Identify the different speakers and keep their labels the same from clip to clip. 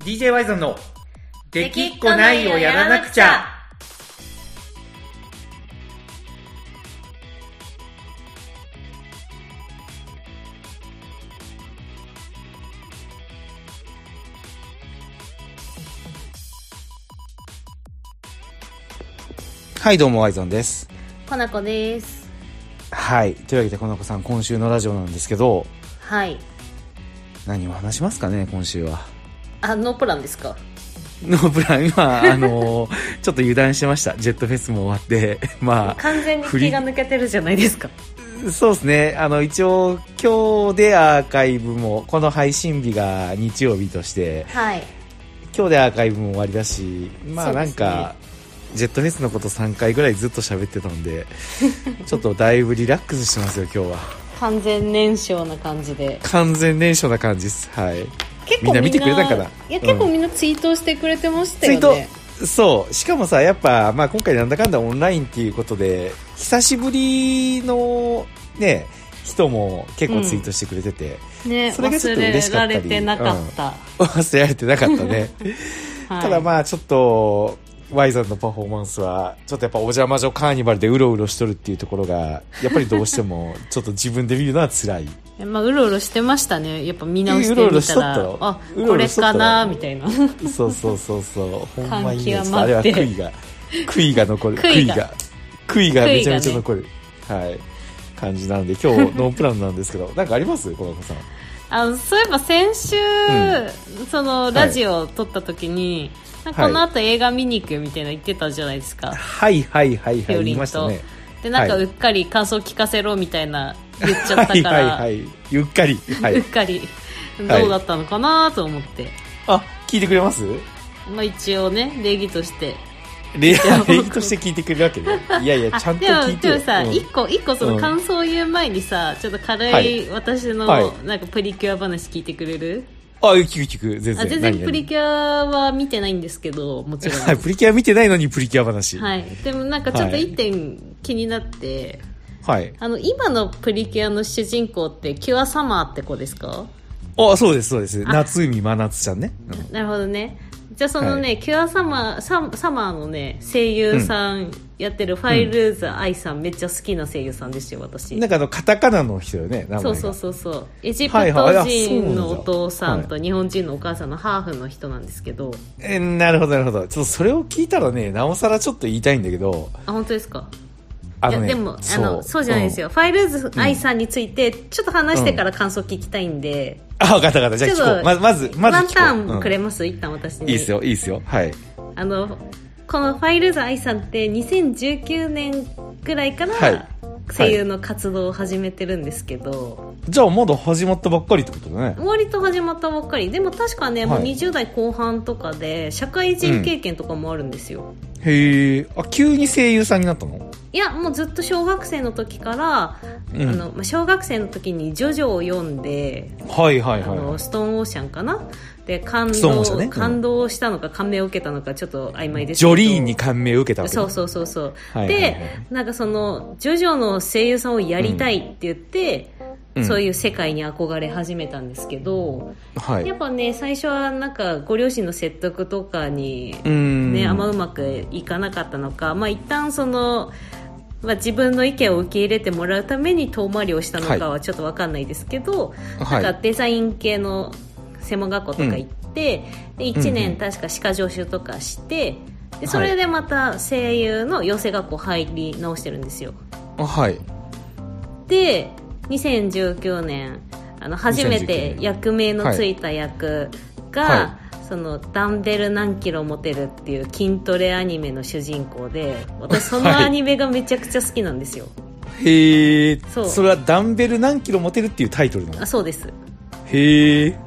Speaker 1: DJ ワイゾンの「できっこないをやらなくちゃ」はいどうもワイゾンです
Speaker 2: コナコです
Speaker 1: はいというわけでこの子さん今週のラジオなんですけど
Speaker 2: はい
Speaker 1: 何を話しますかね今週は
Speaker 2: あノープランですか
Speaker 1: ノープラン今あのちょっと油断してましたジェットフェスも終わって ま
Speaker 2: 完全に気が抜けてるじゃないですか
Speaker 1: あそうですねあの一応今日でアーカイブもこの配信日が日曜日として
Speaker 2: はい
Speaker 1: 今日でアーカイブも終わりだしまあ
Speaker 2: そう
Speaker 1: な
Speaker 2: で
Speaker 1: ん
Speaker 2: すね
Speaker 1: か、ジェットフェスのこと3回ぐらいずっと喋ってたん でちょっとだいぶリラックスしてますよ今日は
Speaker 2: 完全燃焼な感じで
Speaker 1: 完全燃焼な感じですはい
Speaker 2: 結
Speaker 1: みんな見てくれたかない
Speaker 2: や
Speaker 1: うん
Speaker 2: 結構みんなツイートしてくれてました
Speaker 1: ツイー
Speaker 2: よ
Speaker 1: ト
Speaker 2: ね、
Speaker 1: そうしかもさやっぱ、まあ、今回なんだかんだオンラインっていうことで久しぶりのね人も結構ツイートしてくれてて、
Speaker 2: ね
Speaker 1: それがちょっと
Speaker 2: 忘
Speaker 1: 嬉しか
Speaker 2: れ
Speaker 1: った
Speaker 2: ら
Speaker 1: り
Speaker 2: れてなかった、
Speaker 1: 忘れられてなかったね、
Speaker 2: はい、
Speaker 1: ただまあちょっと Y さんのパフォーマンスはちょっとやっぱお邪魔女カーニバルでうろうろしとるっていうところがやっぱりどうしてもちょっと自分で見るのは辛い
Speaker 2: まあ、うろうろしてましたねやっぱ見直して
Speaker 1: うろうろ
Speaker 2: み
Speaker 1: したとった
Speaker 2: ら
Speaker 1: よ
Speaker 2: あ
Speaker 1: うろ
Speaker 2: こ
Speaker 1: うろ
Speaker 2: れ
Speaker 1: しとったよ
Speaker 2: かなみたいな
Speaker 1: そうそうそうそうほんまにね
Speaker 2: 感極
Speaker 1: ちょっと
Speaker 2: まって
Speaker 1: あれは悔いが悔いが残る
Speaker 2: 悔
Speaker 1: 悔い
Speaker 2: いが
Speaker 1: が悔いがめちゃめちゃ残る、はい感じなんで 今日ノープランなんですけどなんかあります小中さん
Speaker 2: あのそういえば先週、
Speaker 1: う
Speaker 2: そのラジオを撮った時に、なんか
Speaker 1: はい
Speaker 2: この後映画見に行くみたいな言ってたじゃないですか、
Speaker 1: はいはいはいは
Speaker 2: ピオ
Speaker 1: い
Speaker 2: リ
Speaker 1: 言い
Speaker 2: ン
Speaker 1: ました
Speaker 2: と、
Speaker 1: ね
Speaker 2: でなんか
Speaker 1: はいう
Speaker 2: っかり感想聞かせろみたいな言っちゃ
Speaker 1: は
Speaker 2: ったか
Speaker 1: い
Speaker 2: ら、
Speaker 1: はいはいゆっかりは
Speaker 2: うっ
Speaker 1: い
Speaker 2: かり
Speaker 1: はい
Speaker 2: どうだったのかなと思って、
Speaker 1: あ聞いてくれます
Speaker 2: まあ、一応ね礼儀として
Speaker 1: 礼
Speaker 2: や
Speaker 1: 礼儀として聞いてくれるわけねいやいやちゃんと
Speaker 2: でも
Speaker 1: 聞いてよ
Speaker 2: でもさ、
Speaker 1: うん
Speaker 2: 一個一個そうの
Speaker 1: ん
Speaker 2: 感想を言う前にさ、ちょっと軽
Speaker 1: はいい
Speaker 2: 私の
Speaker 1: はい
Speaker 2: なんかプリキュア話聞いてくれる、
Speaker 1: あ、聞く聞く、全然。
Speaker 2: あ全
Speaker 1: 何
Speaker 2: 然プリキュアは見てないんですけどもちろん、
Speaker 1: 何はい、プリキュア見てないのにプリキュア話。はい。
Speaker 2: はい、でもなんかちょっと
Speaker 1: はい
Speaker 2: 一点気になって、あの今のプリキュアの主人公ってキュアサマーって子ですか
Speaker 1: あ、そうです、そうです。夏海真夏ちゃんね。うん
Speaker 2: なるほどねじゃあその
Speaker 1: は
Speaker 2: ね、キュアサマーササマーのね声優さんやってるファイルーズ愛さん、めっちゃ好きな声優さんですよ私
Speaker 1: なんかあの、カタカナの人よね、名前が
Speaker 2: そうそうそうそうエジプ
Speaker 1: はいはいあそうな
Speaker 2: ト
Speaker 1: ん
Speaker 2: 人
Speaker 1: だ
Speaker 2: のお父さんと日本人のお母さんのハーフの人なんですけど、
Speaker 1: えーなるほど、なるほど。ちょっとそれを聞いたらね、なおさらちょっと言いたいんだけど、
Speaker 2: あ本当ですか
Speaker 1: あ
Speaker 2: い
Speaker 1: のね、
Speaker 2: やでもあのそうじゃないですよ、。ファイルーズ愛さんについてちょっと話してから感想聞きたいんで、
Speaker 1: んあ、わかったわかった。じゃあ
Speaker 2: ちょ
Speaker 1: 聞こ
Speaker 2: っ
Speaker 1: う。
Speaker 2: と
Speaker 1: まず、まず、まず
Speaker 2: ワ
Speaker 1: 聞
Speaker 2: ン
Speaker 1: こう。
Speaker 2: ターンくれ
Speaker 1: うん
Speaker 2: ます、一旦私に
Speaker 1: いいですよ、いいですよ。はい。
Speaker 2: あのこのファイルーズ愛さんって2019年ぐらいか
Speaker 1: はい
Speaker 2: ら声優の活動を始めてるんですけど、
Speaker 1: じゃあ、まだ始まったばっかりってことだね。
Speaker 2: 割と始まったばっかりでも確かね、もう
Speaker 1: はい
Speaker 2: 20代後半とかで社会人経験とかもあるんですよ、
Speaker 1: へえ。あ、急に声優さんになったの
Speaker 2: いやもうずっと小学生の時から、
Speaker 1: うん
Speaker 2: あのまあ小学生の時に「ジョジョ」を読んで
Speaker 1: はいはい
Speaker 2: あ
Speaker 1: はいは
Speaker 2: の
Speaker 1: い。
Speaker 2: ストーンオーシャンかなで感
Speaker 1: ストーンオ
Speaker 2: 動
Speaker 1: ーシャンねうん
Speaker 2: 感動したのか感銘を受けたのかちょっと曖昧ですけ
Speaker 1: ジ
Speaker 2: ど
Speaker 1: ョリーンに感銘を受けたわけだ
Speaker 2: そうそうそうそう、
Speaker 1: はいはいはい
Speaker 2: でなんかそのジョジョの声優さんをやりたいって言って、
Speaker 1: うん
Speaker 2: そういう世界に憧れ始めたんですけど、
Speaker 1: はい。
Speaker 2: やっぱね最初はなんかご両親の説得とかに、
Speaker 1: うん
Speaker 2: ね、あんまうまくいかなかったのか、まあ、一旦その、まあ、自分の意見を受け入れてもらうために遠回りをしたのかはちょっと分かんないですけど、
Speaker 1: はい
Speaker 2: なんかデザイン系の専門学校とか行って、で1
Speaker 1: うんう
Speaker 2: 年
Speaker 1: ん
Speaker 2: 確か歯科助手とかしてでそれでまた声優の養成学校入り直してるんですよ
Speaker 1: あはい。
Speaker 2: で2019年あの初め
Speaker 1: 2019
Speaker 2: て
Speaker 1: 年
Speaker 2: 役名のついた役が、
Speaker 1: は
Speaker 2: そのダンベル何キロ持てるっていう筋トレアニメの主人公で私その
Speaker 1: はい
Speaker 2: アニメがめちゃくちゃ好きなんですよ、
Speaker 1: へえ。
Speaker 2: そう
Speaker 1: それはダンベル何キロ持てるっていうタイトルなの
Speaker 2: あそうです
Speaker 1: へえ。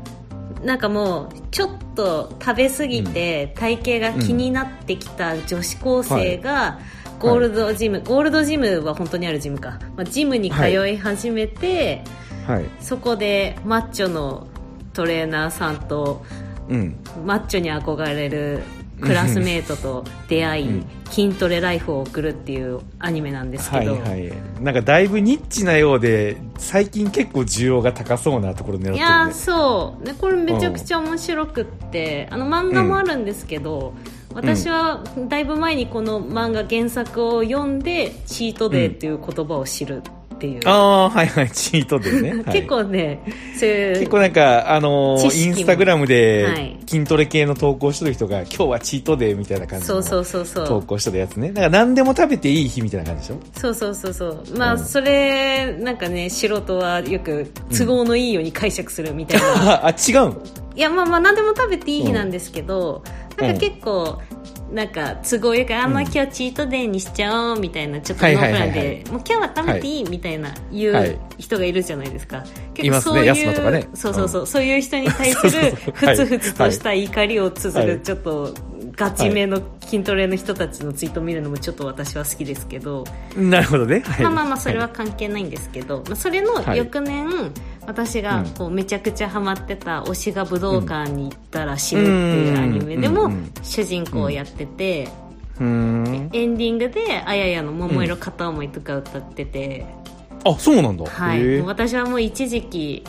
Speaker 2: なんかもうちょっと食べ過ぎて体型が気になってきた女子高生がゴールドジム、ゴールドジムは本当にあるジムか、まあ、ジムに通い始めて、
Speaker 1: はい。
Speaker 2: そこでマッチョのトレーナーさんと
Speaker 1: うん。
Speaker 2: マッチョに憧れるクラスメートと出会い、
Speaker 1: うん
Speaker 2: 筋トレライフを送るっていうアニメなんです
Speaker 1: は
Speaker 2: け
Speaker 1: い
Speaker 2: ど、
Speaker 1: はいなんかだいぶニッチなようで最近結構需要が高そうなところ狙ってる
Speaker 2: い
Speaker 1: ね
Speaker 2: やーそうでこれめちゃくちゃ面白くってあの漫画もあるんですけど、私はだいぶ前にこの漫画原作を読んで「チートデイ」っていう言葉を知るっていう、
Speaker 1: ああーはいはいチートで ね、はい
Speaker 2: 結構ねそういう
Speaker 1: 結構なんか、あのー
Speaker 2: 知識
Speaker 1: イ
Speaker 2: も
Speaker 1: ンスタグラム
Speaker 2: はい
Speaker 1: で筋トレ系の投稿してる人が、今日はチートデーみたいな感じ
Speaker 2: そう
Speaker 1: の
Speaker 2: そうそうそう
Speaker 1: 投稿してるやつね。なんか何でも食べていい日みたいな感じでしょ
Speaker 2: そうそうそうそうまあ、
Speaker 1: うん
Speaker 2: それなんかね素人はよく都合のいいように解釈するみたいな、
Speaker 1: あ、違うん
Speaker 2: いやまあまあ何でも食べていい日なんですけど、
Speaker 1: うん
Speaker 2: なんか結構なんか都合よくあんまあ
Speaker 1: うん
Speaker 2: 今日チートデイにしちゃおうみたいなちょっと
Speaker 1: は
Speaker 2: ノ
Speaker 1: い
Speaker 2: ープ
Speaker 1: はいはい
Speaker 2: ラ
Speaker 1: はい
Speaker 2: ンでもう今日は食べていいみたいな言
Speaker 1: は
Speaker 2: う
Speaker 1: い
Speaker 2: 人がいるじゃないですか、
Speaker 1: いますね
Speaker 2: そう
Speaker 1: 安間とか
Speaker 2: いう
Speaker 1: ね
Speaker 2: そうそうそううそういう人に対 す
Speaker 1: そう
Speaker 2: る
Speaker 1: そうそう
Speaker 2: ふつふつとした怒りを綴
Speaker 1: は
Speaker 2: る
Speaker 1: い
Speaker 2: ちょっとガチめの筋トレの人たちのツイートを見るのもちょっと私は好きですけど、
Speaker 1: なるほどね。はい、
Speaker 2: まあまあまあそれは関係ないんですけど、まあ、それの翌年、私がこうめちゃくちゃハマってた推しが武道館に行ったら死ぬっていうアニメで
Speaker 1: う
Speaker 2: も
Speaker 1: ん
Speaker 2: 主人公をやってて、
Speaker 1: うーん。
Speaker 2: エンディングで「あややの桃色片思い」とか歌ってて、
Speaker 1: あ、そうなんだ。
Speaker 2: はい、
Speaker 1: へー
Speaker 2: もう私はもう一時期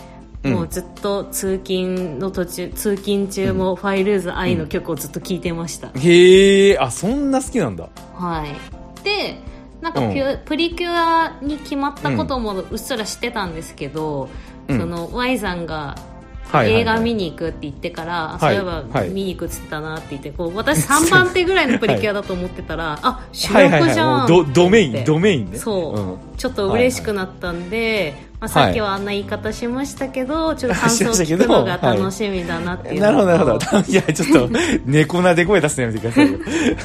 Speaker 1: うん
Speaker 2: もうずっと通勤の途中通勤中もファイルーズ愛の曲をずっと聴いてました、
Speaker 1: へえ、あ、そんな好きなんだ。
Speaker 2: はい、でなんか
Speaker 1: うん
Speaker 2: ピュ、プリキュアに決まったこともうっすら知ってたんですけど、
Speaker 1: うん
Speaker 2: その Y さんが
Speaker 1: はいはいはい
Speaker 2: 映画見に行くって言ってか
Speaker 1: は
Speaker 2: ら、
Speaker 1: い
Speaker 2: そういえば
Speaker 1: はい
Speaker 2: 見に行くっつったなって言ってこう私3番手ぐらいのプリキュアだと思ってたら、 あ主
Speaker 1: はいはい
Speaker 2: 力
Speaker 1: はい。
Speaker 2: じゃん
Speaker 1: も
Speaker 2: っ
Speaker 1: う
Speaker 2: て思
Speaker 1: ド
Speaker 2: って
Speaker 1: ドメイン、ドメインね。
Speaker 2: そう、
Speaker 1: ん
Speaker 2: ちょっと嬉しくなったんで、まあ、さっきはあんな言いはい方しましたけど、ちょっと感想を聞くのが楽しみだなっていうの
Speaker 1: なる
Speaker 2: と
Speaker 1: ほど、なるほど。い や、ちょっと、猫なで声出すのやめてくださいよ。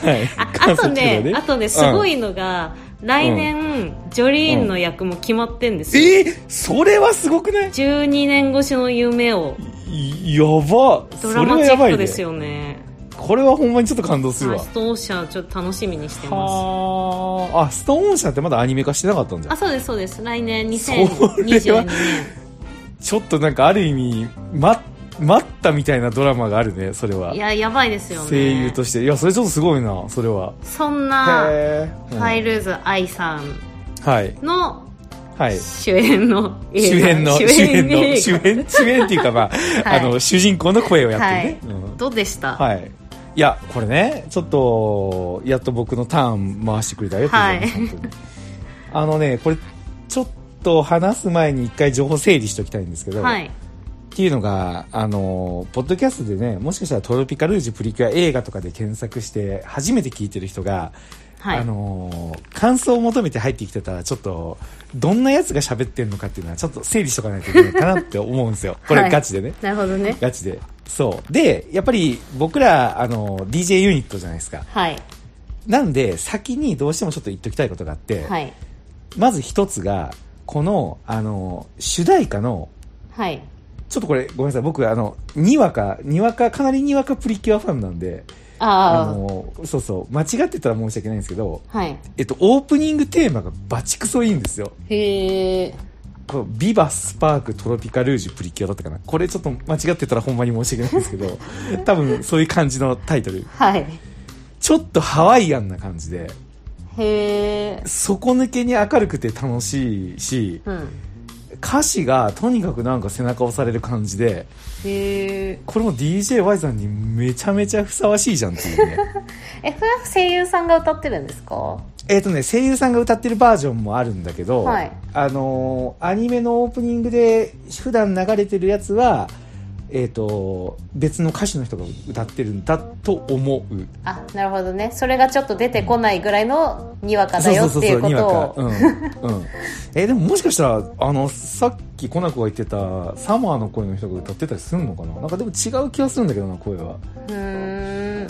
Speaker 1: はい。
Speaker 2: ああとね、あとね、すご
Speaker 1: い。
Speaker 2: いのが、来年、ジョリーンの役も決まってんですよ。
Speaker 1: えーそれはすごくない
Speaker 2: 12年越しの夢を。
Speaker 1: いやば
Speaker 2: ドラ
Speaker 1: そ
Speaker 2: マ
Speaker 1: れは
Speaker 2: チ
Speaker 1: やば
Speaker 2: ッ
Speaker 1: いね
Speaker 2: クですよね。
Speaker 1: これはほんまにちょっと感動する
Speaker 2: はい
Speaker 1: わ
Speaker 2: ストーンシャー、ちょっと楽しみにしてます。
Speaker 1: はああストーン社ってまだアニメ化してなかったんじゃ
Speaker 2: あ、
Speaker 1: ん
Speaker 2: そうです、そうです。来年
Speaker 1: それは
Speaker 2: 2022年。
Speaker 1: ちょっとなんかある意味ま待ったみたいなドラマがあるねそれはい
Speaker 2: や、やばいですよね。
Speaker 1: 声優としていやそれちょっとすごいなそれは
Speaker 2: そんな、
Speaker 1: へえ
Speaker 2: ファイルーズ愛さん
Speaker 1: はい
Speaker 2: の
Speaker 1: はい
Speaker 2: 主演の映
Speaker 1: 主
Speaker 2: 画
Speaker 1: 演の主演
Speaker 2: 映
Speaker 1: の
Speaker 2: 画
Speaker 1: 主演主演っていうかまあ、
Speaker 2: はい
Speaker 1: あの主人公の声をやってるね、うん
Speaker 2: どうでした
Speaker 1: はい。いや、これね、ちょっと、やっと僕のターン回してくれてありがとうございます、
Speaker 2: はい
Speaker 1: 本当に。あのね、これ、ちょっと話す前に一回情報整理しておきたいんですけど、
Speaker 2: はい。
Speaker 1: っていうのが、あの、ポッドキャストでね、もしかしたらトロピカルージュプリキュア映画とかで検索して、初めて聞いてる人が、
Speaker 2: はい
Speaker 1: あの、感想を求めて入ってきてたら、ちょっと、どんなやつが喋ってんのかっていうのは、ちょっと整理しとかないといけないかなって思うんです よ。こ
Speaker 2: は
Speaker 1: れ
Speaker 2: い
Speaker 1: ガチでね。
Speaker 2: なるほどね。
Speaker 1: ガチで。そう。で、やっぱり僕ら、あの、DJ ユニットじゃないですか。
Speaker 2: はい。
Speaker 1: なんで、先にどうしてもちょっと言っときたいことがあって、
Speaker 2: はい。
Speaker 1: まず一つが、この、あの、主題歌の、
Speaker 2: はい。
Speaker 1: ちょっとこれ、ごめんなさい、僕、あの、にわか、にわか、かなりにわかプリキュアファンなんで、あ
Speaker 2: あ
Speaker 1: の、そうそう、間違ってたら申し訳ないんですけど、
Speaker 2: あ。はい。
Speaker 1: えっと、オープニングテーマがバチクソいいんですよ。
Speaker 2: へえ。
Speaker 1: このビバスパークトロピカルージュプリキュアだったかな。これちょっと間違ってたらほんまに申し訳ないんですけど、多分そういう感じのタイトル。
Speaker 2: はい。
Speaker 1: ちょっとハワイアンな感じで、
Speaker 2: へえ。
Speaker 1: 底抜けに明るくて楽しいし、
Speaker 2: うん。
Speaker 1: 歌詞がとにかくなんか背中押される感じで、
Speaker 2: へえ。
Speaker 1: これも DJY さんにめちゃめちゃふさわしいじゃんっていうね。
Speaker 2: え、これは声優さんが歌ってるんですか
Speaker 1: えっとね、声優さんが歌ってるバージョンもあるんだけど、
Speaker 2: はい
Speaker 1: あのーアニメのオープニングで普段流れてるやつは、えっ、と、別の歌手の人が歌ってるんだと思う。
Speaker 2: あ、なるほどね。それがちょっと出てこないぐらいのにわかだよっていうことを。
Speaker 1: うん。うん。 え、でももしかしたら、あの、さっきコナコが言ってた、サマーの声の人が歌ってたりするのかななんかでも違う気がするんだけどな、声は。
Speaker 2: うーん。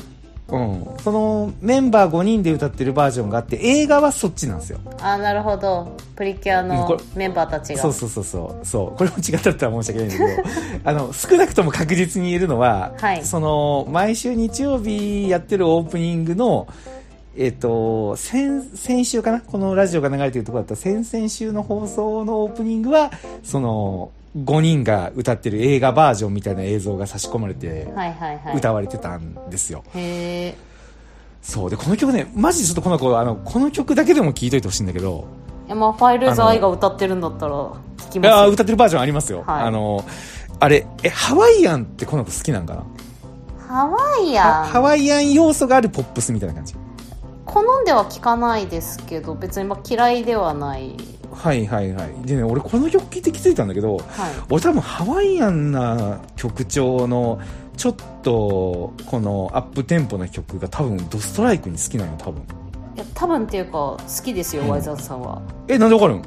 Speaker 1: うん。その、メンバー5人で歌ってるバージョンがあって、映画はそっちなんですよ。
Speaker 2: あ、なるほど。プリキュア
Speaker 1: うんこ
Speaker 2: の
Speaker 1: れ
Speaker 2: メンバーたちが。
Speaker 1: そうそうそうそう。そう。これも違ったら申し訳ないんだけ ど、あの、少なくとも確実に言えるのは、
Speaker 2: はい
Speaker 1: その、毎週日曜日やってるオープニングの、えっ、と、先、先週かなこのラジオが流れてるところだった先々週の放送のオープニングは、その、 5人が歌ってる映画バージョンみたいな映像が差し込まれて
Speaker 2: はいはいはい。
Speaker 1: 歌われてたんですよ、
Speaker 2: へえ。
Speaker 1: そうでこの曲ねマジでちょっとこの子あのこの曲だけでも聴いといてほしいんだけど
Speaker 2: いやまあファイルーズ愛が歌ってるんだったら聞き
Speaker 1: いや
Speaker 2: ま
Speaker 1: ー
Speaker 2: すよ。
Speaker 1: 歌ってるバージョンありますよ、
Speaker 2: はい
Speaker 1: あのあれえハワイアンってこの子好きなんかな
Speaker 2: ハワイ
Speaker 1: ハ
Speaker 2: ア
Speaker 1: ハ
Speaker 2: ン。
Speaker 1: ワイアン要素があるポップスみたいな感じ
Speaker 2: 好んでは聞かないですけど、別にまあ嫌いではない。
Speaker 1: はいはいはいでね俺この曲聴いて気づいたんだけど
Speaker 2: はい。
Speaker 1: 俺多分ハワイアンな曲調のちょっとこのアップテンポな曲が多分ドストライクに好きなの多分
Speaker 2: いや多分っていうか好きですよ、
Speaker 1: うん
Speaker 2: ワイザーさんは。
Speaker 1: えなんでわかるん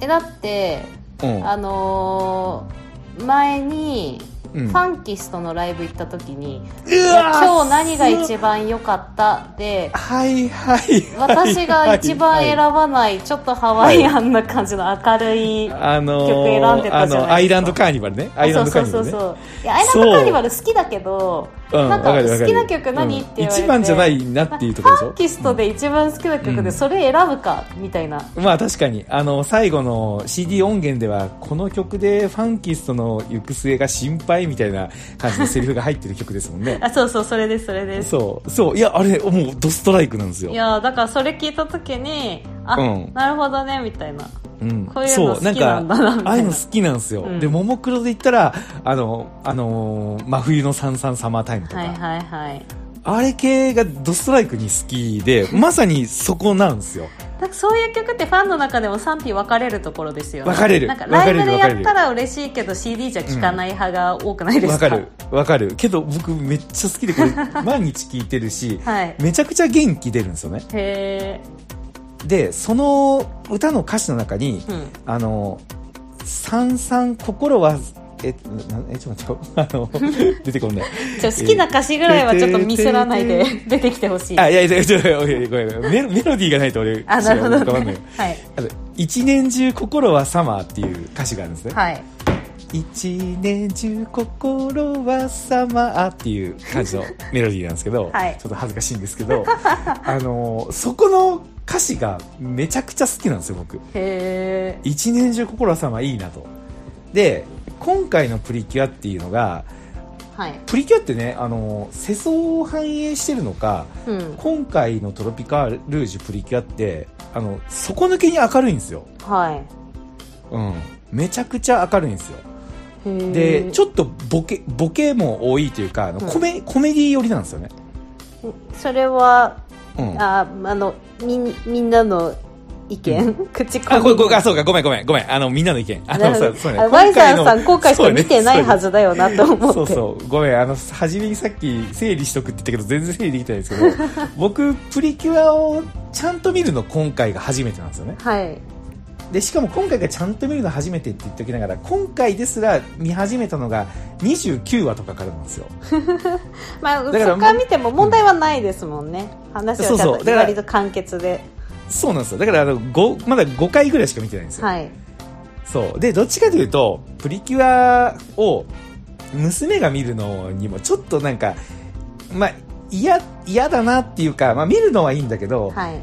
Speaker 2: えだって
Speaker 1: うん
Speaker 2: あのー前に
Speaker 1: うん
Speaker 2: ファンキストのライブ行った時に「
Speaker 1: う
Speaker 2: い
Speaker 1: わ
Speaker 2: や
Speaker 1: ー
Speaker 2: 今日何が一番良かった?」で
Speaker 1: はいはい
Speaker 2: 私が一番選
Speaker 1: ぶ
Speaker 2: ばないちょっとハワイアンな感じの明るい
Speaker 1: あの
Speaker 2: 曲
Speaker 1: ー
Speaker 2: 選んでたじゃないですか
Speaker 1: あのアイランドカーニバルねアイランドカーニバ
Speaker 2: そう
Speaker 1: ル
Speaker 2: そう
Speaker 1: ね
Speaker 2: そうそういやアイランドカーニバル好きだけど、
Speaker 1: うん
Speaker 2: なん
Speaker 1: わか
Speaker 2: か
Speaker 1: るわか
Speaker 2: 好
Speaker 1: る
Speaker 2: きな曲何、って言われて
Speaker 1: 一番じゃないいなっていうところでし
Speaker 2: ファ
Speaker 1: ょ
Speaker 2: ンキストで一番好きな曲
Speaker 1: う
Speaker 2: で
Speaker 1: ん
Speaker 2: それ選ぶか、みたいな
Speaker 1: まあ確かにあの最後の CD 音源ではこの曲でファンキストの行く末が心配みたいな感じのセリフが入ってる曲ですもん ね
Speaker 2: あそうそうそれですそれです
Speaker 1: そうそういやあれもうドストライクなんですよ
Speaker 2: いやーだからそれ聞いた時にあ、
Speaker 1: うん
Speaker 2: なるほどねみたいな
Speaker 1: うん
Speaker 2: こういうの好きなんだな
Speaker 1: そうん
Speaker 2: みたいな
Speaker 1: かああいうの好きなんですよ、
Speaker 2: うん
Speaker 1: でももクロで言ったらあの、あのー真冬のサンサンサマータイムとか、
Speaker 2: はいはいはい
Speaker 1: あれ系がドストライクに好きでまさにそこなんですよ
Speaker 2: なんかそういう曲ってファンの中でも賛否分かれるところですよね
Speaker 1: 分かれる
Speaker 2: なんか
Speaker 1: 分
Speaker 2: ラ
Speaker 1: か
Speaker 2: イ
Speaker 1: れる
Speaker 2: ブでやったら嬉しいけど CD じゃ聴かない派が多くないで
Speaker 1: わ
Speaker 2: す
Speaker 1: か
Speaker 2: か、
Speaker 1: るわかるけど僕めっちゃ好きでこれ 毎日聴いてるし
Speaker 2: はい
Speaker 1: めちゃくちゃ元気出るんですよね
Speaker 2: へえ
Speaker 1: でその歌の歌詞の中に
Speaker 2: うん
Speaker 1: 「あのさんさん心は」えなえちょっと待ってよ あ の出てこんない
Speaker 2: じゃ好きな歌詞ぐらいはちょっとミスらないで 出てきてほしい
Speaker 1: あいやいやいやいやごめんごめんメロメロディーがないと俺
Speaker 2: あなるほど
Speaker 1: ちょっとわかんない
Speaker 2: はい
Speaker 1: あの一年中心はサマーっていう歌詞があるんですね、
Speaker 2: はい
Speaker 1: 一年中心はさまっていう感じのメロディーなんですけど、
Speaker 2: はい
Speaker 1: ちょっと恥ずかしいんですけど あのそこの歌詞がめちゃくちゃ好きなんですよ僕
Speaker 2: へえ
Speaker 1: 一年中心はさまいいなとで今回の「プリキュア」っていうのが
Speaker 2: はい
Speaker 1: プリキュアってねあの世相を反映してるのか
Speaker 2: うん
Speaker 1: 今回の「トロピカルージュプリキュア」ってあの底抜けに明るいんですよ、
Speaker 2: は
Speaker 1: うん、めちゃくちゃ明るいんですよ
Speaker 2: いへえ
Speaker 1: でちょっとボケボケも多いというかあの
Speaker 2: うん
Speaker 1: コメ,、コメディ寄りなんですよね、
Speaker 2: それは
Speaker 1: うん、あ
Speaker 2: ああのみんみんなの意見、 口コミ
Speaker 1: これこれあそうかごめんごめんごめんあのみんなの意見あ の
Speaker 2: なる
Speaker 1: そ
Speaker 2: ほ
Speaker 1: うそう
Speaker 2: ど
Speaker 1: ね
Speaker 2: あワイザーさん後
Speaker 1: 今
Speaker 2: 悔
Speaker 1: 回の
Speaker 2: して見てないは
Speaker 1: そうね
Speaker 2: ずだよなと思って
Speaker 1: そうそうごめんあの初めにさっき整理しとくって言ったけど全然整理できてないですけ ど僕プリキュアをちゃんと見るの今回が初めてなんですよね
Speaker 2: はい
Speaker 1: でしかも今回がちゃんと見るの初めてって言っておきながら今回ですら見始めたのが29話とかからなんですよ
Speaker 2: まあそこ
Speaker 1: だから
Speaker 2: から見ても問題はないですもんね、話はちゃ
Speaker 1: そ
Speaker 2: ん
Speaker 1: うそう
Speaker 2: と
Speaker 1: だから
Speaker 2: 割と簡潔で
Speaker 1: そうなんですよだからあのごまだ5回ぐらいしか見てないんですよ
Speaker 2: はい
Speaker 1: そう。で、どっちかというと、プリキュアを娘が見るのにもちょっとなんか、まあ、嫌、嫌だなっていうか、まあ見るのはいいんだけど、
Speaker 2: はい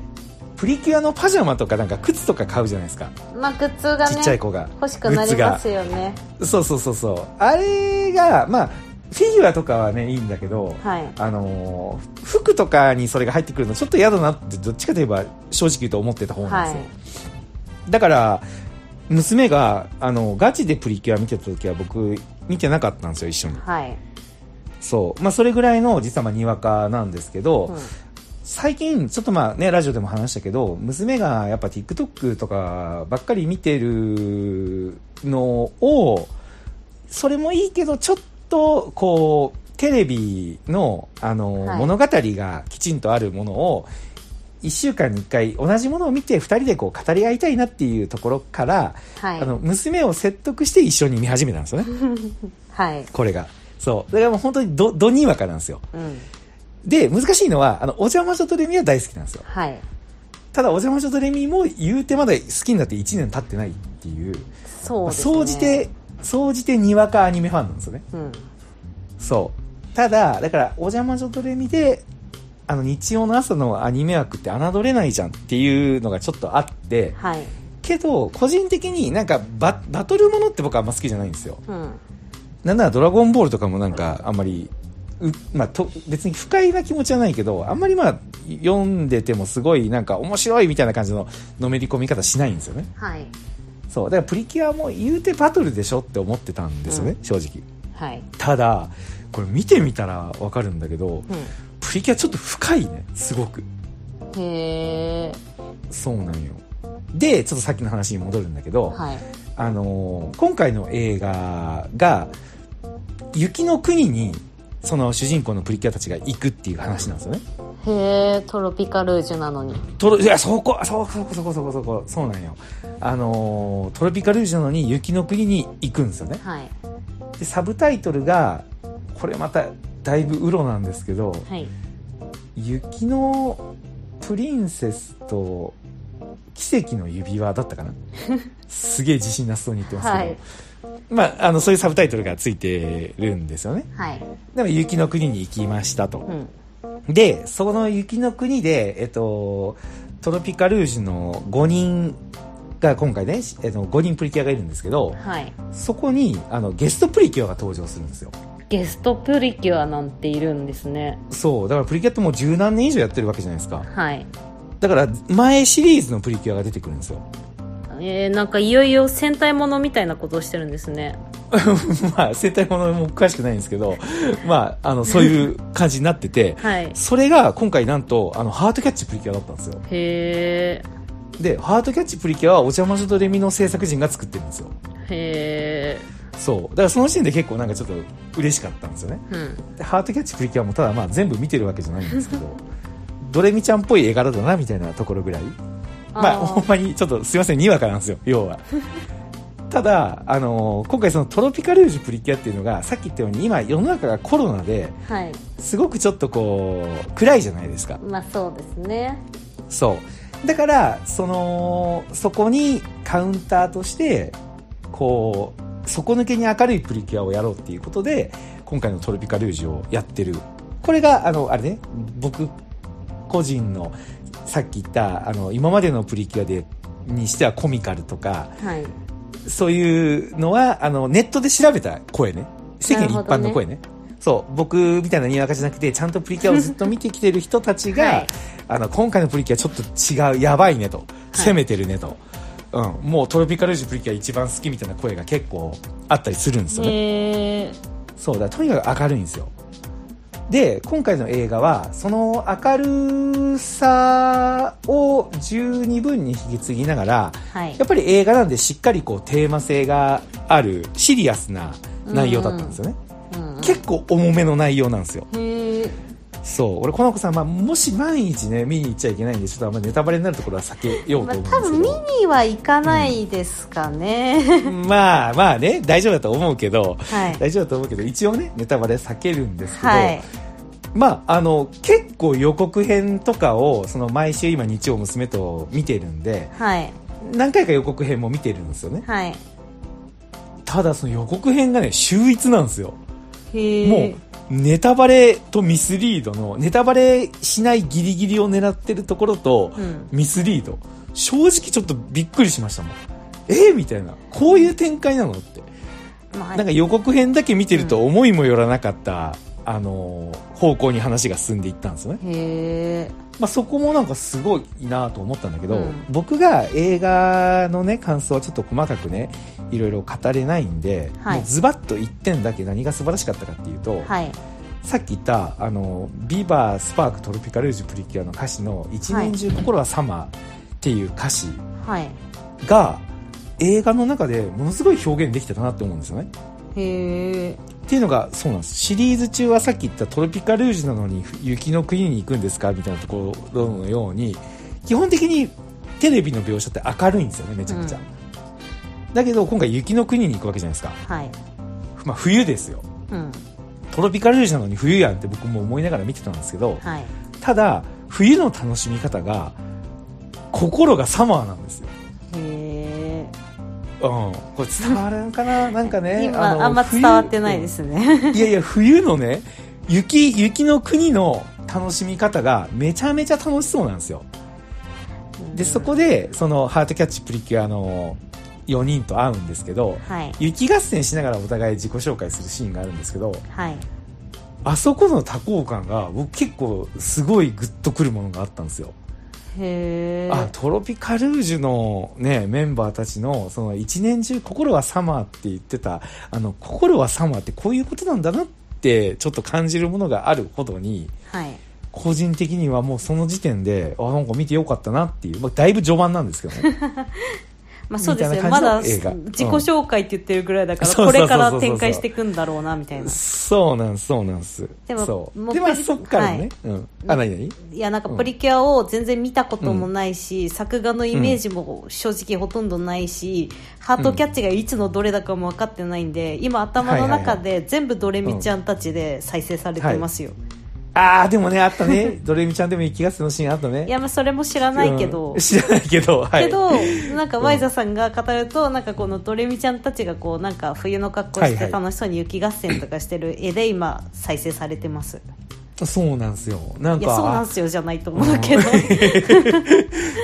Speaker 1: プリキュアのパジャマとかなんか靴とか買うじゃないですか。
Speaker 2: まあグッズが
Speaker 1: ちっちゃい
Speaker 2: ね
Speaker 1: 子が。
Speaker 2: 欲しくなりますよね
Speaker 1: そうそうそうそう。あれが、まあ、フィギュアとかはね、いいんだけど、
Speaker 2: はい
Speaker 1: あのー服とかにそれが入ってくるのちょっと嫌だなって、どっちかといえば正直言うと思ってた方なん
Speaker 2: は
Speaker 1: ですよ。
Speaker 2: い
Speaker 1: だから娘があのガチでプリキュア見てた時は僕見てなかったんですよ一緒に
Speaker 2: はい、
Speaker 1: そうまあそれぐらいの実はまあにわかなんですけど、
Speaker 2: うん
Speaker 1: 最近ちょっとまあねラジオでも話したけど娘がやっぱ TikTok とかばっかり見てるのをそれもいいけどちょっとこうテレビのあの、
Speaker 2: はい
Speaker 1: 物語がきちんとあるものを1週間に1回同じものを見て2人でこう語り合いたいなっていうところから、
Speaker 2: はい
Speaker 1: あの娘を説得して一緒に見始めたんですよね
Speaker 2: はい
Speaker 1: これがそうだからもう本当にどどにわかなんですよ
Speaker 2: うん
Speaker 1: で難しいのはあのお邪魔女とレミは大好きなんですよ
Speaker 2: はい
Speaker 1: ただお邪魔女とレミも言うてまだ好きになって1年経ってないっていう
Speaker 2: そうですね
Speaker 1: 総じて総じてにわかアニメファンなんですよね
Speaker 2: うん
Speaker 1: そうただだからお邪魔女とレミであの日曜の朝のアニメ枠って侮れないじゃんっていうのがちょっとあって
Speaker 2: はい
Speaker 1: けど個人的になんかババトルものって僕はあんま好きじゃないんですよ
Speaker 2: うん
Speaker 1: なんなら「ドラゴンボール」とかもなんかあんまりう、まあ、と別に不快な気持ちはないけどあんまりまあ読んでてもすごいなんか面白いみたいな感じののめり込み方しないんですよね
Speaker 2: はい
Speaker 1: そうだからプリキュアも言うてバトルでしょって思ってたんですよね、
Speaker 2: う
Speaker 1: 正直
Speaker 2: はい
Speaker 1: ただこれ見てみたらわかるんだけど
Speaker 2: う
Speaker 1: プリキュアちょっと深いねすごく
Speaker 2: んへえ
Speaker 1: そうなんよでちょっとさっきの話に戻るんだけど、
Speaker 2: はい
Speaker 1: あのー今回の映画が雪の国にその主人公のプリキュアたちが行くっていう話なんですよね
Speaker 2: へえトロピカルージュなのに
Speaker 1: トロいやそこそこそこそこそこそこそうなんよあのートロピカルージュなのに雪の国に行くんですよね
Speaker 2: はい
Speaker 1: でサブタイトルがこれまただいぶウロなんですけど
Speaker 2: はい
Speaker 1: 「雪のプリンセスと奇跡の指輪」だった かなすげえ自信なさそうに言ってますけど、
Speaker 2: はい
Speaker 1: まあ、あのそういうサブタイトルがついてるんですよね
Speaker 2: はい
Speaker 1: だから雪の国に行きましたと
Speaker 2: う、ん
Speaker 1: でその雪の国で、えっと、トロピカルージュの5人が今回ね、えっと、5人プリキュアがいるんですけど
Speaker 2: はい
Speaker 1: そこにあのゲストプリキュアが登場するんですよ
Speaker 2: ゲストプリキュアなんているんですね
Speaker 1: そうだからプリキュアってもう十何年以上やってるわけじゃないですか
Speaker 2: はい
Speaker 1: だから前シリーズのプリキュアが出てくるんですよ
Speaker 2: えー、なんかいよいよ戦隊ものみたいなことをしてるんですね
Speaker 1: まあ生態ものも詳しくないんですけどまああのそういう感じになってて
Speaker 2: はい
Speaker 1: それが今回なんとあのハートキャッチプリキュアだったんですよ
Speaker 2: へ
Speaker 1: でハートキャッチプリキュアはお邪魔女とレミの制作陣が作ってるんですよ
Speaker 2: えへえ
Speaker 1: そうだからその時点で結構なんかちょっと嬉しかったんですよね
Speaker 2: うん
Speaker 1: でハートキャッチプリキュアもただまあ全部見てるわけじゃないんですけどドレミちゃんっぽい絵柄だなみたいなところぐらいまあ
Speaker 2: ー
Speaker 1: ほんまにちょっとすいませんにわかなんですよ要はただ、あのー今回そのトロピカルージュプリキュアっていうのがさっき言ったように今世の中がコロナで
Speaker 2: はい
Speaker 1: すごくちょっとこう暗いじゃないですか
Speaker 2: まあそうですね
Speaker 1: そうだからそのそこにカウンターとしてこう底抜けに明るいプリキュアをやろうっていうことで今回の「トロピカルージュ」をやってるこれがあのあれね僕個人のさっき言ったあの今までのプリキュアでにしてはコミカルとか
Speaker 2: はい
Speaker 1: そういうのはあのネットで調べた声ね世間一般の声ねそう僕みたいなにわかじゃなくてちゃんとプリキ ュアをずっと見てきてる人たちが、
Speaker 2: はい
Speaker 1: あの今回のプリキュアちょっと違うやばいねと、攻めてるねと、うん、もうトロピカルージュプリキュア一番好きみたいな声が結構あったりするんですよね、
Speaker 2: へえ
Speaker 1: そうだとにかく明るいんですよで今回の映画はその明るさを十二分に引き継ぎながら
Speaker 2: はい
Speaker 1: やっぱり映画なんでしっかりこうテーマ性があるシリアスな内容だったんですよね、
Speaker 2: うんうん
Speaker 1: 結構重めの内容なんですよ
Speaker 2: へえ
Speaker 1: そう俺この子さん、まあ、もし万一ね見に行っちゃいけないんでちょっとあんまりネタバレになるところは避けよう
Speaker 2: ま
Speaker 1: と
Speaker 2: あ
Speaker 1: 思うんで
Speaker 2: 多
Speaker 1: すけ
Speaker 2: 分見
Speaker 1: ど、
Speaker 2: には行かないですかね、
Speaker 1: まあまあね大丈夫だと思うけど
Speaker 2: はい
Speaker 1: 大丈夫だと思うけど一応ねネタバレ避けるんですけど、
Speaker 2: はい
Speaker 1: まああの結構予告編とかをその毎週今日曜娘と見てるんで
Speaker 2: はい
Speaker 1: 何回か予告編も見てるんですよね
Speaker 2: はい
Speaker 1: ただその予告編がね秀逸なんですよ
Speaker 2: へえ
Speaker 1: もうネタバレとミスリードのネタバレしないギリギリを狙ってるところと、
Speaker 2: うん
Speaker 1: ミスリード正直ちょっとびっくりしましたもんえー、みたいなこういう展開なのって
Speaker 2: まあ
Speaker 1: なんか予告編だけ見てると思いもよらなかった、あのー方向に話が進んでいったんですよね、
Speaker 2: へえ
Speaker 1: まあ、そこもなんかすごいなと思ったんだけど、
Speaker 2: うん
Speaker 1: 僕が映画のね感想はちょっと細かくねいろいろ語れないんで、
Speaker 2: はい
Speaker 1: もうズバッと1点だけ何が素晴らしかったかっていうと、
Speaker 2: はい
Speaker 1: さっき言ったあのビバースパークトロピカルージュプリキュアの歌詞の「一年中心はサマー」っていう歌詞
Speaker 2: はい
Speaker 1: が映画の中でものすごい表現できてたなって思うんですよね。
Speaker 2: へえ
Speaker 1: っていうのがそうなんですシリーズ中はさっき言ったトロピカルージュなのに雪の国に行くんですかみたいなところのように基本的にテレビの描写って明るいんですよねめちゃくちゃ、だけど今回雪の国に行くわけじゃないですか、
Speaker 2: はい
Speaker 1: まあ、冬ですよ
Speaker 2: うん
Speaker 1: トロピカルージュなのに冬やんって僕も思いながら見てたんですけど、
Speaker 2: はい
Speaker 1: ただ冬の楽しみ方が心がサマーなんですよ、
Speaker 2: へ
Speaker 1: うん、これ伝わるんかななんか
Speaker 2: え
Speaker 1: ね
Speaker 2: 今あ
Speaker 1: の
Speaker 2: んま伝わってないですね
Speaker 1: 冬いやいや冬のね雪雪の国の楽しみ方がめちゃめちゃ楽しそうなんですよでそこでそのハートキャッチプリキュアの4人と会うんですけど
Speaker 2: はい
Speaker 1: 雪合戦しながらお互い自己紹介するシーンがあるんですけど
Speaker 2: はい
Speaker 1: あそこの多幸感が僕結構すごいグッとくるものがあったんですよ
Speaker 2: へえ
Speaker 1: あトロピカルージュの、ね、メンバーたちのその一年中心はサマーって言ってたあの心はサマーってこういうことなんだなってちょっと感じるものがあるほどに
Speaker 2: はい
Speaker 1: 個人的にはもうその時点であなんか見てよかったなっていう、まあ、だいぶ序盤なんですけどね
Speaker 2: まあそうですね
Speaker 1: みた
Speaker 2: ま
Speaker 1: いな
Speaker 2: だ
Speaker 1: 感じの映画
Speaker 2: 自己紹介って言ってるぐらいだから
Speaker 1: そうそう
Speaker 2: こ
Speaker 1: そ
Speaker 2: れ
Speaker 1: うそう
Speaker 2: から展開していくんだろうなみたいな
Speaker 1: そうなんそうなんす
Speaker 2: でも
Speaker 1: そう
Speaker 2: もう
Speaker 1: でまあ
Speaker 2: プリ
Speaker 1: そっからね、うん、あ何何
Speaker 2: いやなんか
Speaker 1: うん
Speaker 2: プリキュアを全然見たこともないし、作画のイメージも正直ほとんどないし、ハートキャッチがいつのどれだかも分かってないんで今頭の中で全部ドレミちゃんたちで再生されてますよ、い
Speaker 1: ああでもねあったね ドレミちゃんでも雪合戦のシーンあったね
Speaker 2: やまあそれも知らないけど、
Speaker 1: うん知らないけど、はい、
Speaker 2: けど、なんかワイザさんが語ると、なんかこのドレミちゃんたちがこうなんか冬の格好し
Speaker 1: はいは
Speaker 2: て
Speaker 1: い
Speaker 2: 楽しそうに雪合戦とかしてる絵で今再生されてます、い
Speaker 1: そうなんすよなんか
Speaker 2: やそうなんすよじゃないと思うけど、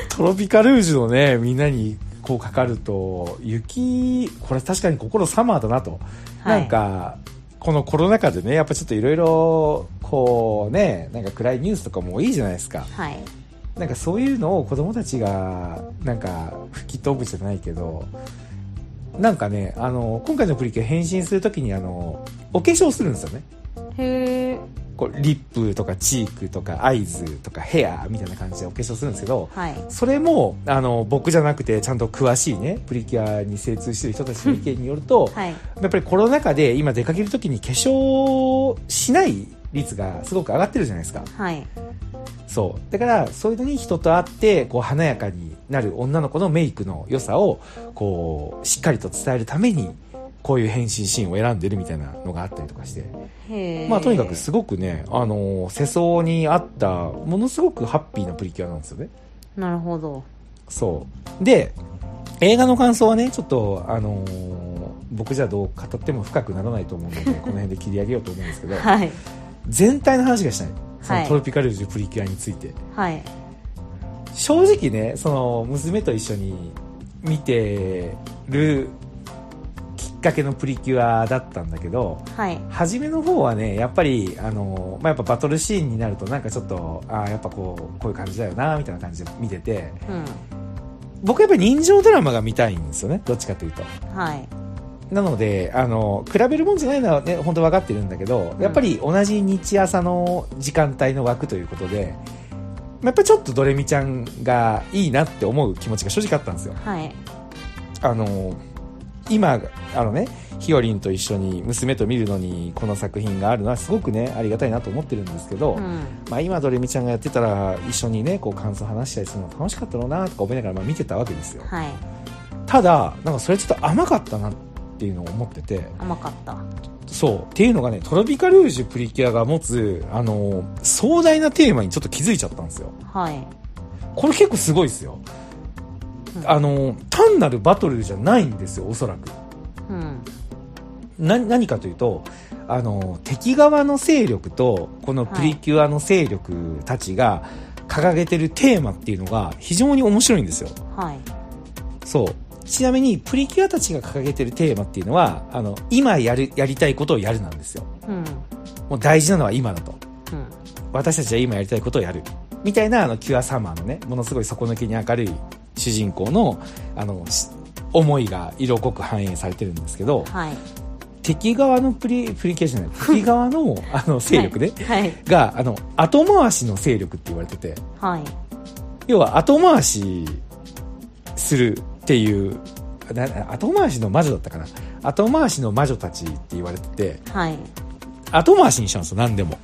Speaker 1: トロピカルージュのね、みんなにこうかかると、雪、これ確かに心サマーだなと。
Speaker 2: はい
Speaker 1: なんか、このコロナ禍でね、やっぱちょっといろいろ、こうね、なんか暗いニュースとかも多いじゃないですか。
Speaker 2: はい
Speaker 1: なんかそういうのを子供たちが、なんか吹き飛ぶじゃないけど、なんかね、あの、今回のプリキュア変身するときに、あの、お化粧するんですよね。
Speaker 2: へえ
Speaker 1: こうリップとかチークとかアイズとかヘアみたいな感じでお化粧するんですけど、
Speaker 2: はい
Speaker 1: それもあの僕じゃなくてちゃんと詳しいねプリキュアに精通してる人たちの意見によると、
Speaker 2: はい
Speaker 1: やっぱりコロナ禍で今出かけるときに化粧しない率がすごく上がってるじゃないですか
Speaker 2: はい
Speaker 1: そうだからそういうのに人と会ってこう華やかになる女の子のメイクの良さをこうしっかりと伝えるためにこういう変身シーンを選んでるみたいなのがあったりとかして、
Speaker 2: へえ
Speaker 1: まあとにかくすごくねあの世相に合ったものすごくハッピーなプリキュアなんですよね
Speaker 2: なるほど
Speaker 1: そう。で、映画の感想はね、ちょっと、あのー僕じゃどう語っても深くならないと思うので、 この辺で切り上げようと思うんですけど、
Speaker 2: はい
Speaker 1: 全体の話がしたい。そ
Speaker 2: は
Speaker 1: の
Speaker 2: い
Speaker 1: トロピカルジュプリキュアについて。
Speaker 2: はい
Speaker 1: 正直ね、その、娘と一緒に見てるきっかけのプリキュアだったんだけど、
Speaker 2: はい
Speaker 1: 初めの方はね、やっぱり、あのーまあ、やっぱバトルシーンになるとなんかちょっと、ああ、やっぱこう、こういう感じだよな、みたいな感じで見てて、
Speaker 2: うん
Speaker 1: 僕やっぱり人情ドラマが見たいんですよねどっちかというと
Speaker 2: はい
Speaker 1: なのであの比べるもんじゃないのはね本当分かってるんだけどやっぱり同じ日朝の時間帯の枠ということでやっぱりちょっとドレミちゃんがいいなって思う気持ちが正直あったんですよ
Speaker 2: はい
Speaker 1: あの今あのねひよりんと一緒に娘と見るのにこの作品があるのはすごくねありがたいなと思ってるんですけど、
Speaker 2: うん
Speaker 1: まあ、今ドレミちゃんがやってたら一緒にねこう感想話したりするの楽しかったろうなとか思いながらまあ見てたわけですよ
Speaker 2: はい
Speaker 1: ただなんかそれちょっと甘かったなっていうのを思ってて
Speaker 2: 甘かった
Speaker 1: そうっていうのがねトロピカルージュプリキュアが持つあの壮大なテーマにちょっと気づいちゃったんですよ
Speaker 2: はい
Speaker 1: これ結構すごいですよ
Speaker 2: うん
Speaker 1: あの単なるバトルじゃないんですよおそらく
Speaker 2: うん
Speaker 1: な何かというとあの敵側の勢力とこのプリキュアの勢力たちが掲げてるテーマっていうのが非常に面白いんですよ
Speaker 2: はい
Speaker 1: そう。ちなみに、プリキュアたちが掲げてるテーマっていうのは、あの、今やる、やりたいことをやるなんですよ。
Speaker 2: うん
Speaker 1: もう大事なのは今だと。
Speaker 2: うん
Speaker 1: 私たちは今やりたいことをやる。みたいな、あの、キュアサマーのね、ものすごい底抜けに明るい主人公の、あの、し思いが色濃く反映されてるんですけど、
Speaker 2: はい
Speaker 1: 敵側のプリ、プリキュアじゃない、敵側の、あの、勢力ね、
Speaker 2: はい
Speaker 1: が、あの、後回しの勢力って言われてて、
Speaker 2: はい
Speaker 1: 要は後回しするっていうな後回しの魔女だったかな後回しの魔女たちって言われてて
Speaker 2: はい
Speaker 1: 後回しにしたんですよ何でも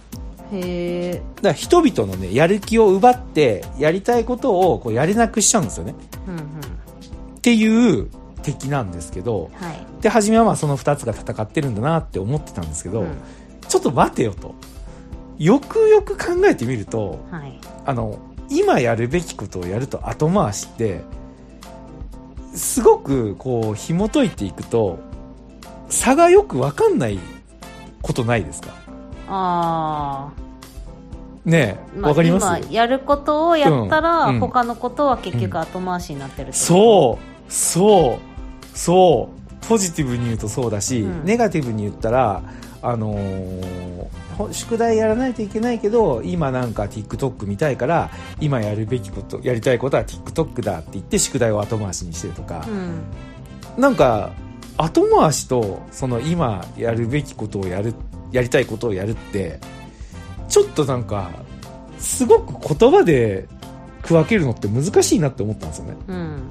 Speaker 2: へえ
Speaker 1: だから人々のねやる気を奪ってやりたいことをこうやれなくしちゃうんですよね
Speaker 2: うんうん
Speaker 1: っていう敵なんですけど
Speaker 2: はい
Speaker 1: で初めはまあその2つが戦ってるんだなって思ってたんですけど、
Speaker 2: うん
Speaker 1: ちょっと待てよとよくよく考えてみると
Speaker 2: はい
Speaker 1: あの今やるべきことをやると後回しってすごくこう紐解いていくと差がよく分かんないことないですか
Speaker 2: あ
Speaker 1: ねえ、わかります
Speaker 2: 今やることをやったら、
Speaker 1: うんうん
Speaker 2: 他のことは結局後回しになってるってこと
Speaker 1: そうそうそうポジティブに言うとそうだし、
Speaker 2: うんネ
Speaker 1: ネガティブに言ったらあの宿題やらないといけないけど今なんか TikTok 見たいから今やるべきことやりたいことは TikTok だって言って宿題を後回しにしてるとか
Speaker 2: う、ん
Speaker 1: なんか後回しとその今やるべきことをやるやりたいことをやるってちょっとなんかすごく言葉で区分けるのって難しいなって思ったんですよね。
Speaker 2: うん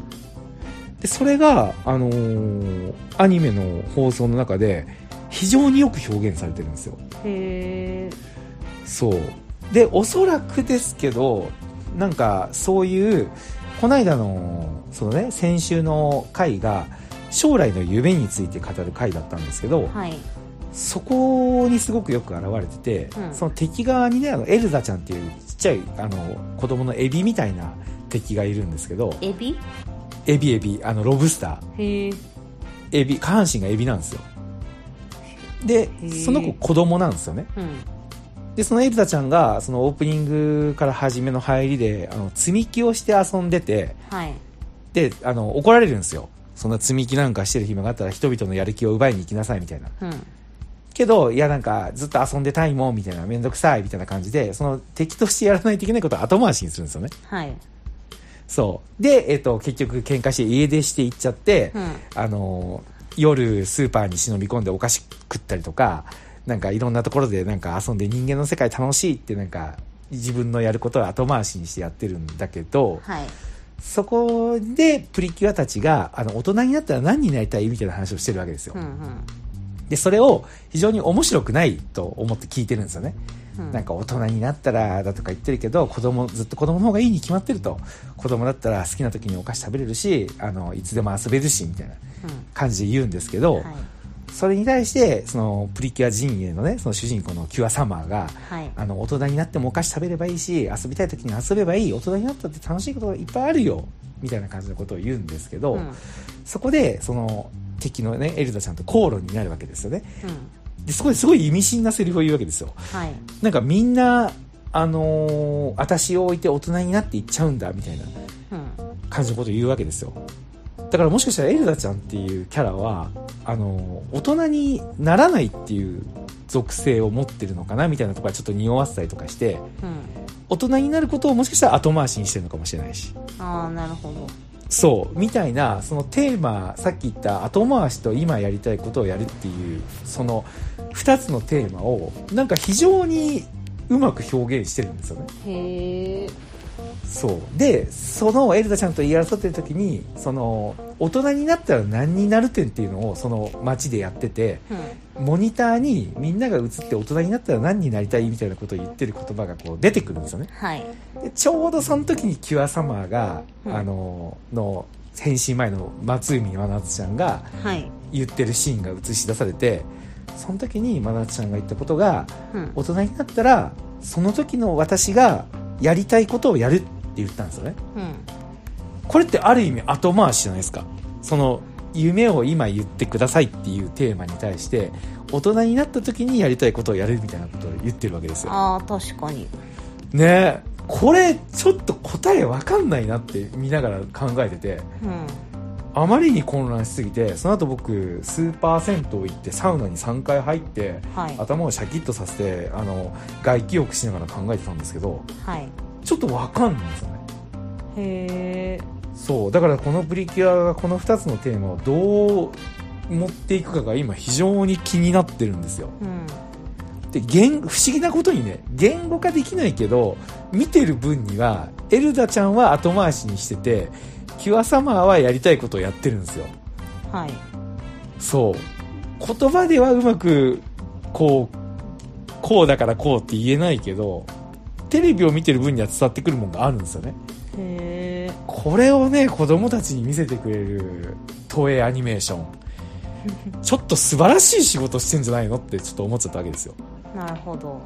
Speaker 1: でそれが、あのーアニメの放送の中で非常によく表現されてるんですよ
Speaker 2: へー
Speaker 1: そうでおそらくですけどなんかそういうこの間のそのね先週の回が将来の夢について語る回だったんですけど、
Speaker 2: はい
Speaker 1: そこにすごくよく表れてて、
Speaker 2: うん
Speaker 1: その敵側にねあのエルザちゃんっていうちっちゃいあの子供のエビみたいな敵がいるんですけど
Speaker 2: エビ
Speaker 1: エビエビあのロブスター
Speaker 2: へえ
Speaker 1: エビ下半身がエビなんですよで
Speaker 2: ー
Speaker 1: その子子供なんですよね
Speaker 2: うん
Speaker 1: でそのエルザちゃんがそのオープニングから初めの入りであの積み木をして遊んでて
Speaker 2: はい
Speaker 1: であの怒られるんですよそんな積み木なんかしてる暇があったら人々のやる気を奪いに行きなさいみたいな
Speaker 2: うん
Speaker 1: けどいやなんかずっと遊んでたいもんみたいなめんどくさいみたいな感じでその敵としてやらないといけないことを後回しにするんですよね
Speaker 2: はい
Speaker 1: そうで、えっと結局喧嘩して家出して行っちゃって、
Speaker 2: うん
Speaker 1: あの夜スーパーに忍び込んでお菓子食ったりとかなんかいろんなところでなんか遊んで人間の世界楽しいってなんか自分のやることを後回しにしてやってるんだけど
Speaker 2: はい
Speaker 1: そこでプリキュアたちがあの大人になったら何になりたいみたいな話をしてるわけですよ、
Speaker 2: うんうん
Speaker 1: でそれを非常に面白くないと思って聞いてるんですよね、
Speaker 2: うん
Speaker 1: なんか大人になったらだとか言ってるけど子供ずっと子供の方がいいに決まってると子供だったら好きな時にお菓子食べれるしあのいつでも遊べるしみたいな感じで言うんですけど、
Speaker 2: うんはい
Speaker 1: それに対してそのプリキュア陣営のねその主人公のキュアサマーが
Speaker 2: はい
Speaker 1: あの大人になってもお菓子食べればいいし遊びたい時に遊べばいい大人になったって楽しいことがいっぱいあるよみたいな感じのことを言うんですけど、
Speaker 2: うんうん
Speaker 1: そこでその敵のねエルダちゃんと口論になるわけですよねでそこですごい意味深なセリフを言うわけですよ
Speaker 2: はい
Speaker 1: なんかみんなあのー私を置いて大人になっていっちゃうんだみたいな
Speaker 2: うん
Speaker 1: 感じのことを言うわけですよだからもしかしたらエルダちゃんっていうキャラはあの大人にならないっていう属性を持ってるのかなみたいなところはちょっと匂わせたりとかして
Speaker 2: うん
Speaker 1: 大人になることをもしかしたら後回しにしてるのかもしれないし
Speaker 2: ああなるほど
Speaker 1: そうみたいなそのテーマさっき言った後回しと今やりたいことをやるっていうその2つのテーマをなんか非常にうまく表現してるんですよね
Speaker 2: へえ
Speaker 1: そうでそのエルダちゃんと言い争ってる時にその大人になったら何になる点っていうのをその街でやってて
Speaker 2: うん
Speaker 1: モニターにみんなが映って大人になったら何になりたいみたいなことを言ってる言葉がこう出てくるんですよね
Speaker 2: はい
Speaker 1: でちょうどその時にキュアサマーが、
Speaker 2: うん
Speaker 1: あのの変身前の松海真夏ちゃんが
Speaker 2: はい
Speaker 1: 言ってるシーンが映し出されてその時に真夏ちゃんが言ったことが
Speaker 2: うん
Speaker 1: 大人になったらその時の私がやりたいことをやるって言ったんですよね
Speaker 2: うん
Speaker 1: これってある意味後回しじゃないですかその夢を今言ってくださいっていうテーマに対して大人になった時にやりたいことをやるみたいなことを言ってるわけですよ
Speaker 2: ああ確かに
Speaker 1: ねえこれちょっと答えわかんないなって見ながら考えてて
Speaker 2: うん
Speaker 1: あまりに混乱しすぎてその後僕スーパー銭湯行ってサウナに3回入って
Speaker 2: はい
Speaker 1: 頭をシャキッとさせてあの外気浴しながら考えてたんですけど
Speaker 2: はい
Speaker 1: ちょっとわかんないんですよね
Speaker 2: へえ
Speaker 1: そうだからこのプリキュアがこの2つのテーマをどう持っていくかが今非常に気になってるんですよ
Speaker 2: うん
Speaker 1: で言不思議なことにね言語化できないけど見てる分にはエルダちゃんは後回しにしててキュアサマーはやりたいことをやってるんですよ
Speaker 2: はい
Speaker 1: そう言葉ではうまくこうこうだからこうって言えないけどテレビを見てる分には伝わってくるもんがあるんですよね
Speaker 2: へえ
Speaker 1: これをね子供たちに見せてくれる東映アニメーションちょっと素晴らしい仕事してんじゃないのってちょっと思っちゃったわけですよ
Speaker 2: なるほど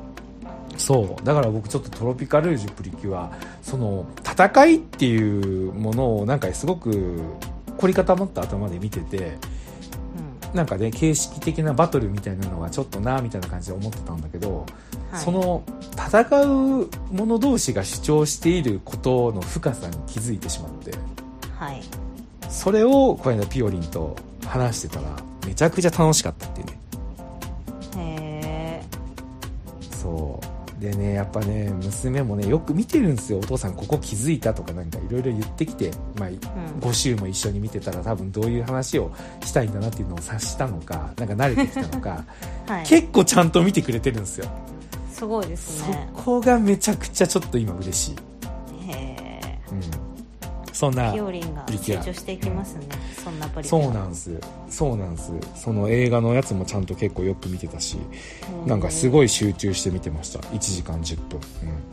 Speaker 1: そうだから僕ちょっとトロピカルージュプリキュアその戦いっていうものをなんかすごく凝り固まった頭で見てて
Speaker 2: うん
Speaker 1: なんかね形式的なバトルみたいなのはちょっとなみたいな感じで思ってたんだけど、
Speaker 2: はい
Speaker 1: その戦う者同士が主張していることの深さに気づいてしまって
Speaker 2: はい
Speaker 1: それをこの間ピオリンと話してたらめちゃくちゃ楽しかったっていうね
Speaker 2: へ
Speaker 1: そうでねやっぱね娘もねよく見てるんですよお父さんここ気づいたとかなんかいろいろ言ってきて、まあ、
Speaker 2: えうん
Speaker 1: 5週も一緒に見てたら多分どういう話をしたいんだなっていうのを察したのかなんか慣れてきたのか
Speaker 2: はい
Speaker 1: 結構ちゃんと見てくれてるんですよ
Speaker 2: すごいです
Speaker 1: そ
Speaker 2: ね
Speaker 1: こがめちゃくちゃちょっと今嬉しい、
Speaker 2: へえ
Speaker 1: うん、そんな
Speaker 2: ピオリンが成長していきますねそんなプリキ
Speaker 1: そ
Speaker 2: ュア
Speaker 1: うなんですそうなんですその映画のやつもちゃんと結構よく見てたしなんかす
Speaker 2: い
Speaker 1: ごい集中して見てました1時間10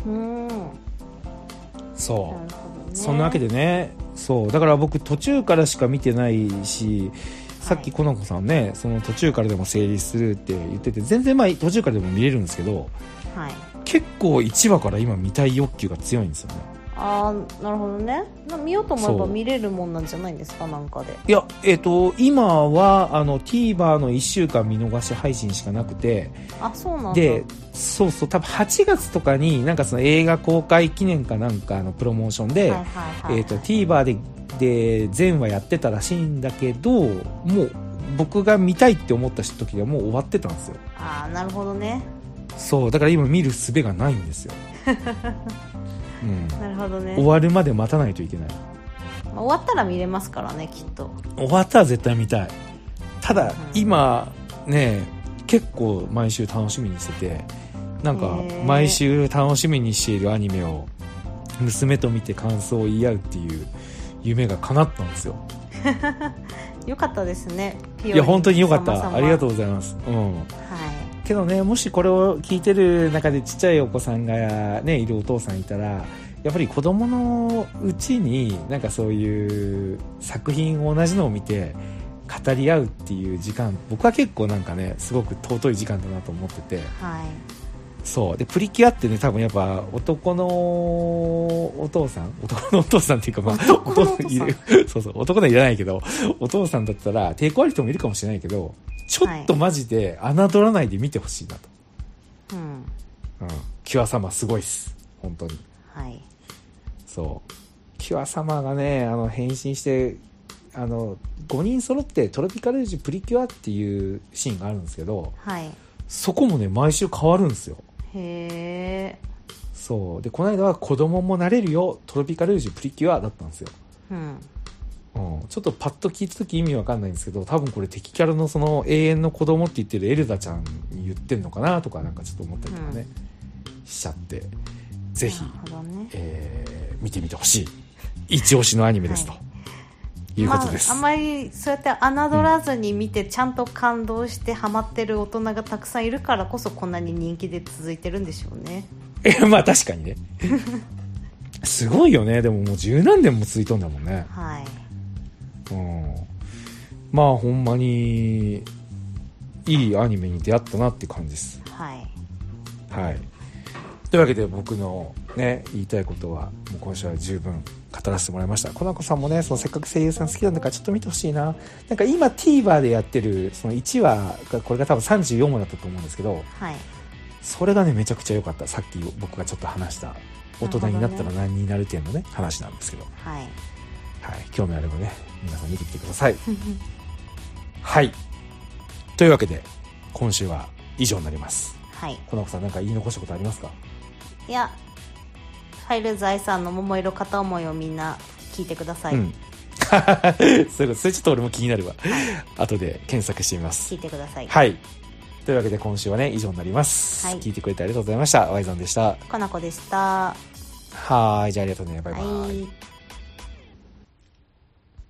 Speaker 1: 分、
Speaker 2: うんなる
Speaker 1: うん、そう、
Speaker 2: ほどね
Speaker 1: そんなわけでねそうだから僕途中からしか見てないしさっき
Speaker 2: は
Speaker 1: コナコさんね、その途中からでも整理するって言ってて全然まあ途中からでも見れるんですけど
Speaker 2: はい
Speaker 1: 結構1話から今見たい欲求が強いんですよね
Speaker 2: ああなるほどねな見ようと思え
Speaker 1: そ
Speaker 2: ば
Speaker 1: う
Speaker 2: 見れるもんなんじゃないんですかなんかで
Speaker 1: いやえっ、と今はあの TVer の1週間見逃し配信しかなくて
Speaker 2: あそうなんだ
Speaker 1: でそうそう多分8月とかになんかその映画公開記念かなんかのプロモーションで、
Speaker 2: はいはいはい
Speaker 1: えー、と TVer でで全話やってたらしいんだけどもう僕が見たいって思った時にはもう終わってたんですよ
Speaker 2: ああなるほどね
Speaker 1: そうだから今見る術がないん ですよ、うん、
Speaker 2: なるほどね
Speaker 1: 終わるまで待たないといけない
Speaker 2: まあ終わったら見れますからねきっと
Speaker 1: 終わったら絶対見たいただ、
Speaker 2: うん
Speaker 1: 今ね結構毎週楽しみにしててなんか
Speaker 2: へー
Speaker 1: 毎週楽しみにしているアニメを娘と見て感想を言い合うっていう夢が叶ったんですよ
Speaker 2: よかったですねピオリン
Speaker 1: いや本当に良かった、
Speaker 2: 様々
Speaker 1: ありがとうございます、うん、
Speaker 2: はい
Speaker 1: けどねもしこれを聞いてる中でちっちゃいお子さんが、ね、いるお父さんいたらやっぱり子供のうちになんかそういう作品を同じのを見て語り合うっていう時間僕は結構なんかねすごく尊い時間だなと思ってて
Speaker 2: はい
Speaker 1: そうでプリキュアってね多分やっぱ男のお父さん男のお父さんっていうかまあ
Speaker 2: 男のお父さん
Speaker 1: いるそうそう男のいらないけどお父さんだったら抵抗ある人もいるかもしれないけどちょっとマジで侮らないで見てほしいなと。
Speaker 2: うん
Speaker 1: うん、キュア様すごいっす本当に
Speaker 2: はい
Speaker 1: そうキュア様がねあの変身してあの5人揃ってトロピカルジュプリキュアっていうシーンがあるんですけど
Speaker 2: はい
Speaker 1: そこもね毎週変わるんですよ
Speaker 2: へえ
Speaker 1: そうでこの間は子供もなれるよトロピカルジュプリキュアだったんですよ、
Speaker 2: うん
Speaker 1: うん、ちょっとパッと聞いた時意味わかんないんですけど多分これ敵キャラのその永遠の子供って言ってるエルダちゃんに言ってんのかなとかなんかちょっと思ったりとかね、しちゃってぜひ
Speaker 2: なるほどね
Speaker 1: えー見てみてほしい一押しのアニメですと、、
Speaker 2: はい
Speaker 1: うことです、
Speaker 2: まあ、あんまりそうやって侮らずに見てちゃんと感動してハマってる大人がたくさんいるからこそこんなに人気で続いてるんでしょうね
Speaker 1: まあ確かにねすごいよねでももう十何年も続いとんだもんね
Speaker 2: はい
Speaker 1: うんまあほんまにいいアニメに出会ったなって感じです
Speaker 2: はい
Speaker 1: はいというわけで僕のね言いたいことはもう今週は十分語らせてもらいましたコナコさんもねそのせっかく声優さん好きなんだからちょっと見てほしいななんか今 TVer でやってるその1話がこれが多分34話だったと思うんですけど
Speaker 2: はい
Speaker 1: それがねめちゃくちゃ良かったさっき僕がちょっと話した大人になったら何になる点のね話なんですけど、
Speaker 2: はい
Speaker 1: はい、興味あればね皆さん見てきてくださいはいというわけで今週は以上になります
Speaker 2: はい
Speaker 1: コナコさんなんか言い残したことありますか
Speaker 2: いやファイル財産の桃色片思いをみんな聞いてください、
Speaker 1: うん。 そういうこと。それちょっと俺も気になるわ。後で検索してみます
Speaker 2: 聞い。てください、
Speaker 1: はい。というわけで今週はね、以上になります。
Speaker 2: はい
Speaker 1: 聞いてくれてありがとうございました。ワイザンでした。
Speaker 2: かなこでした
Speaker 1: はーい。じゃあありがとうね。バイバイ。
Speaker 2: はい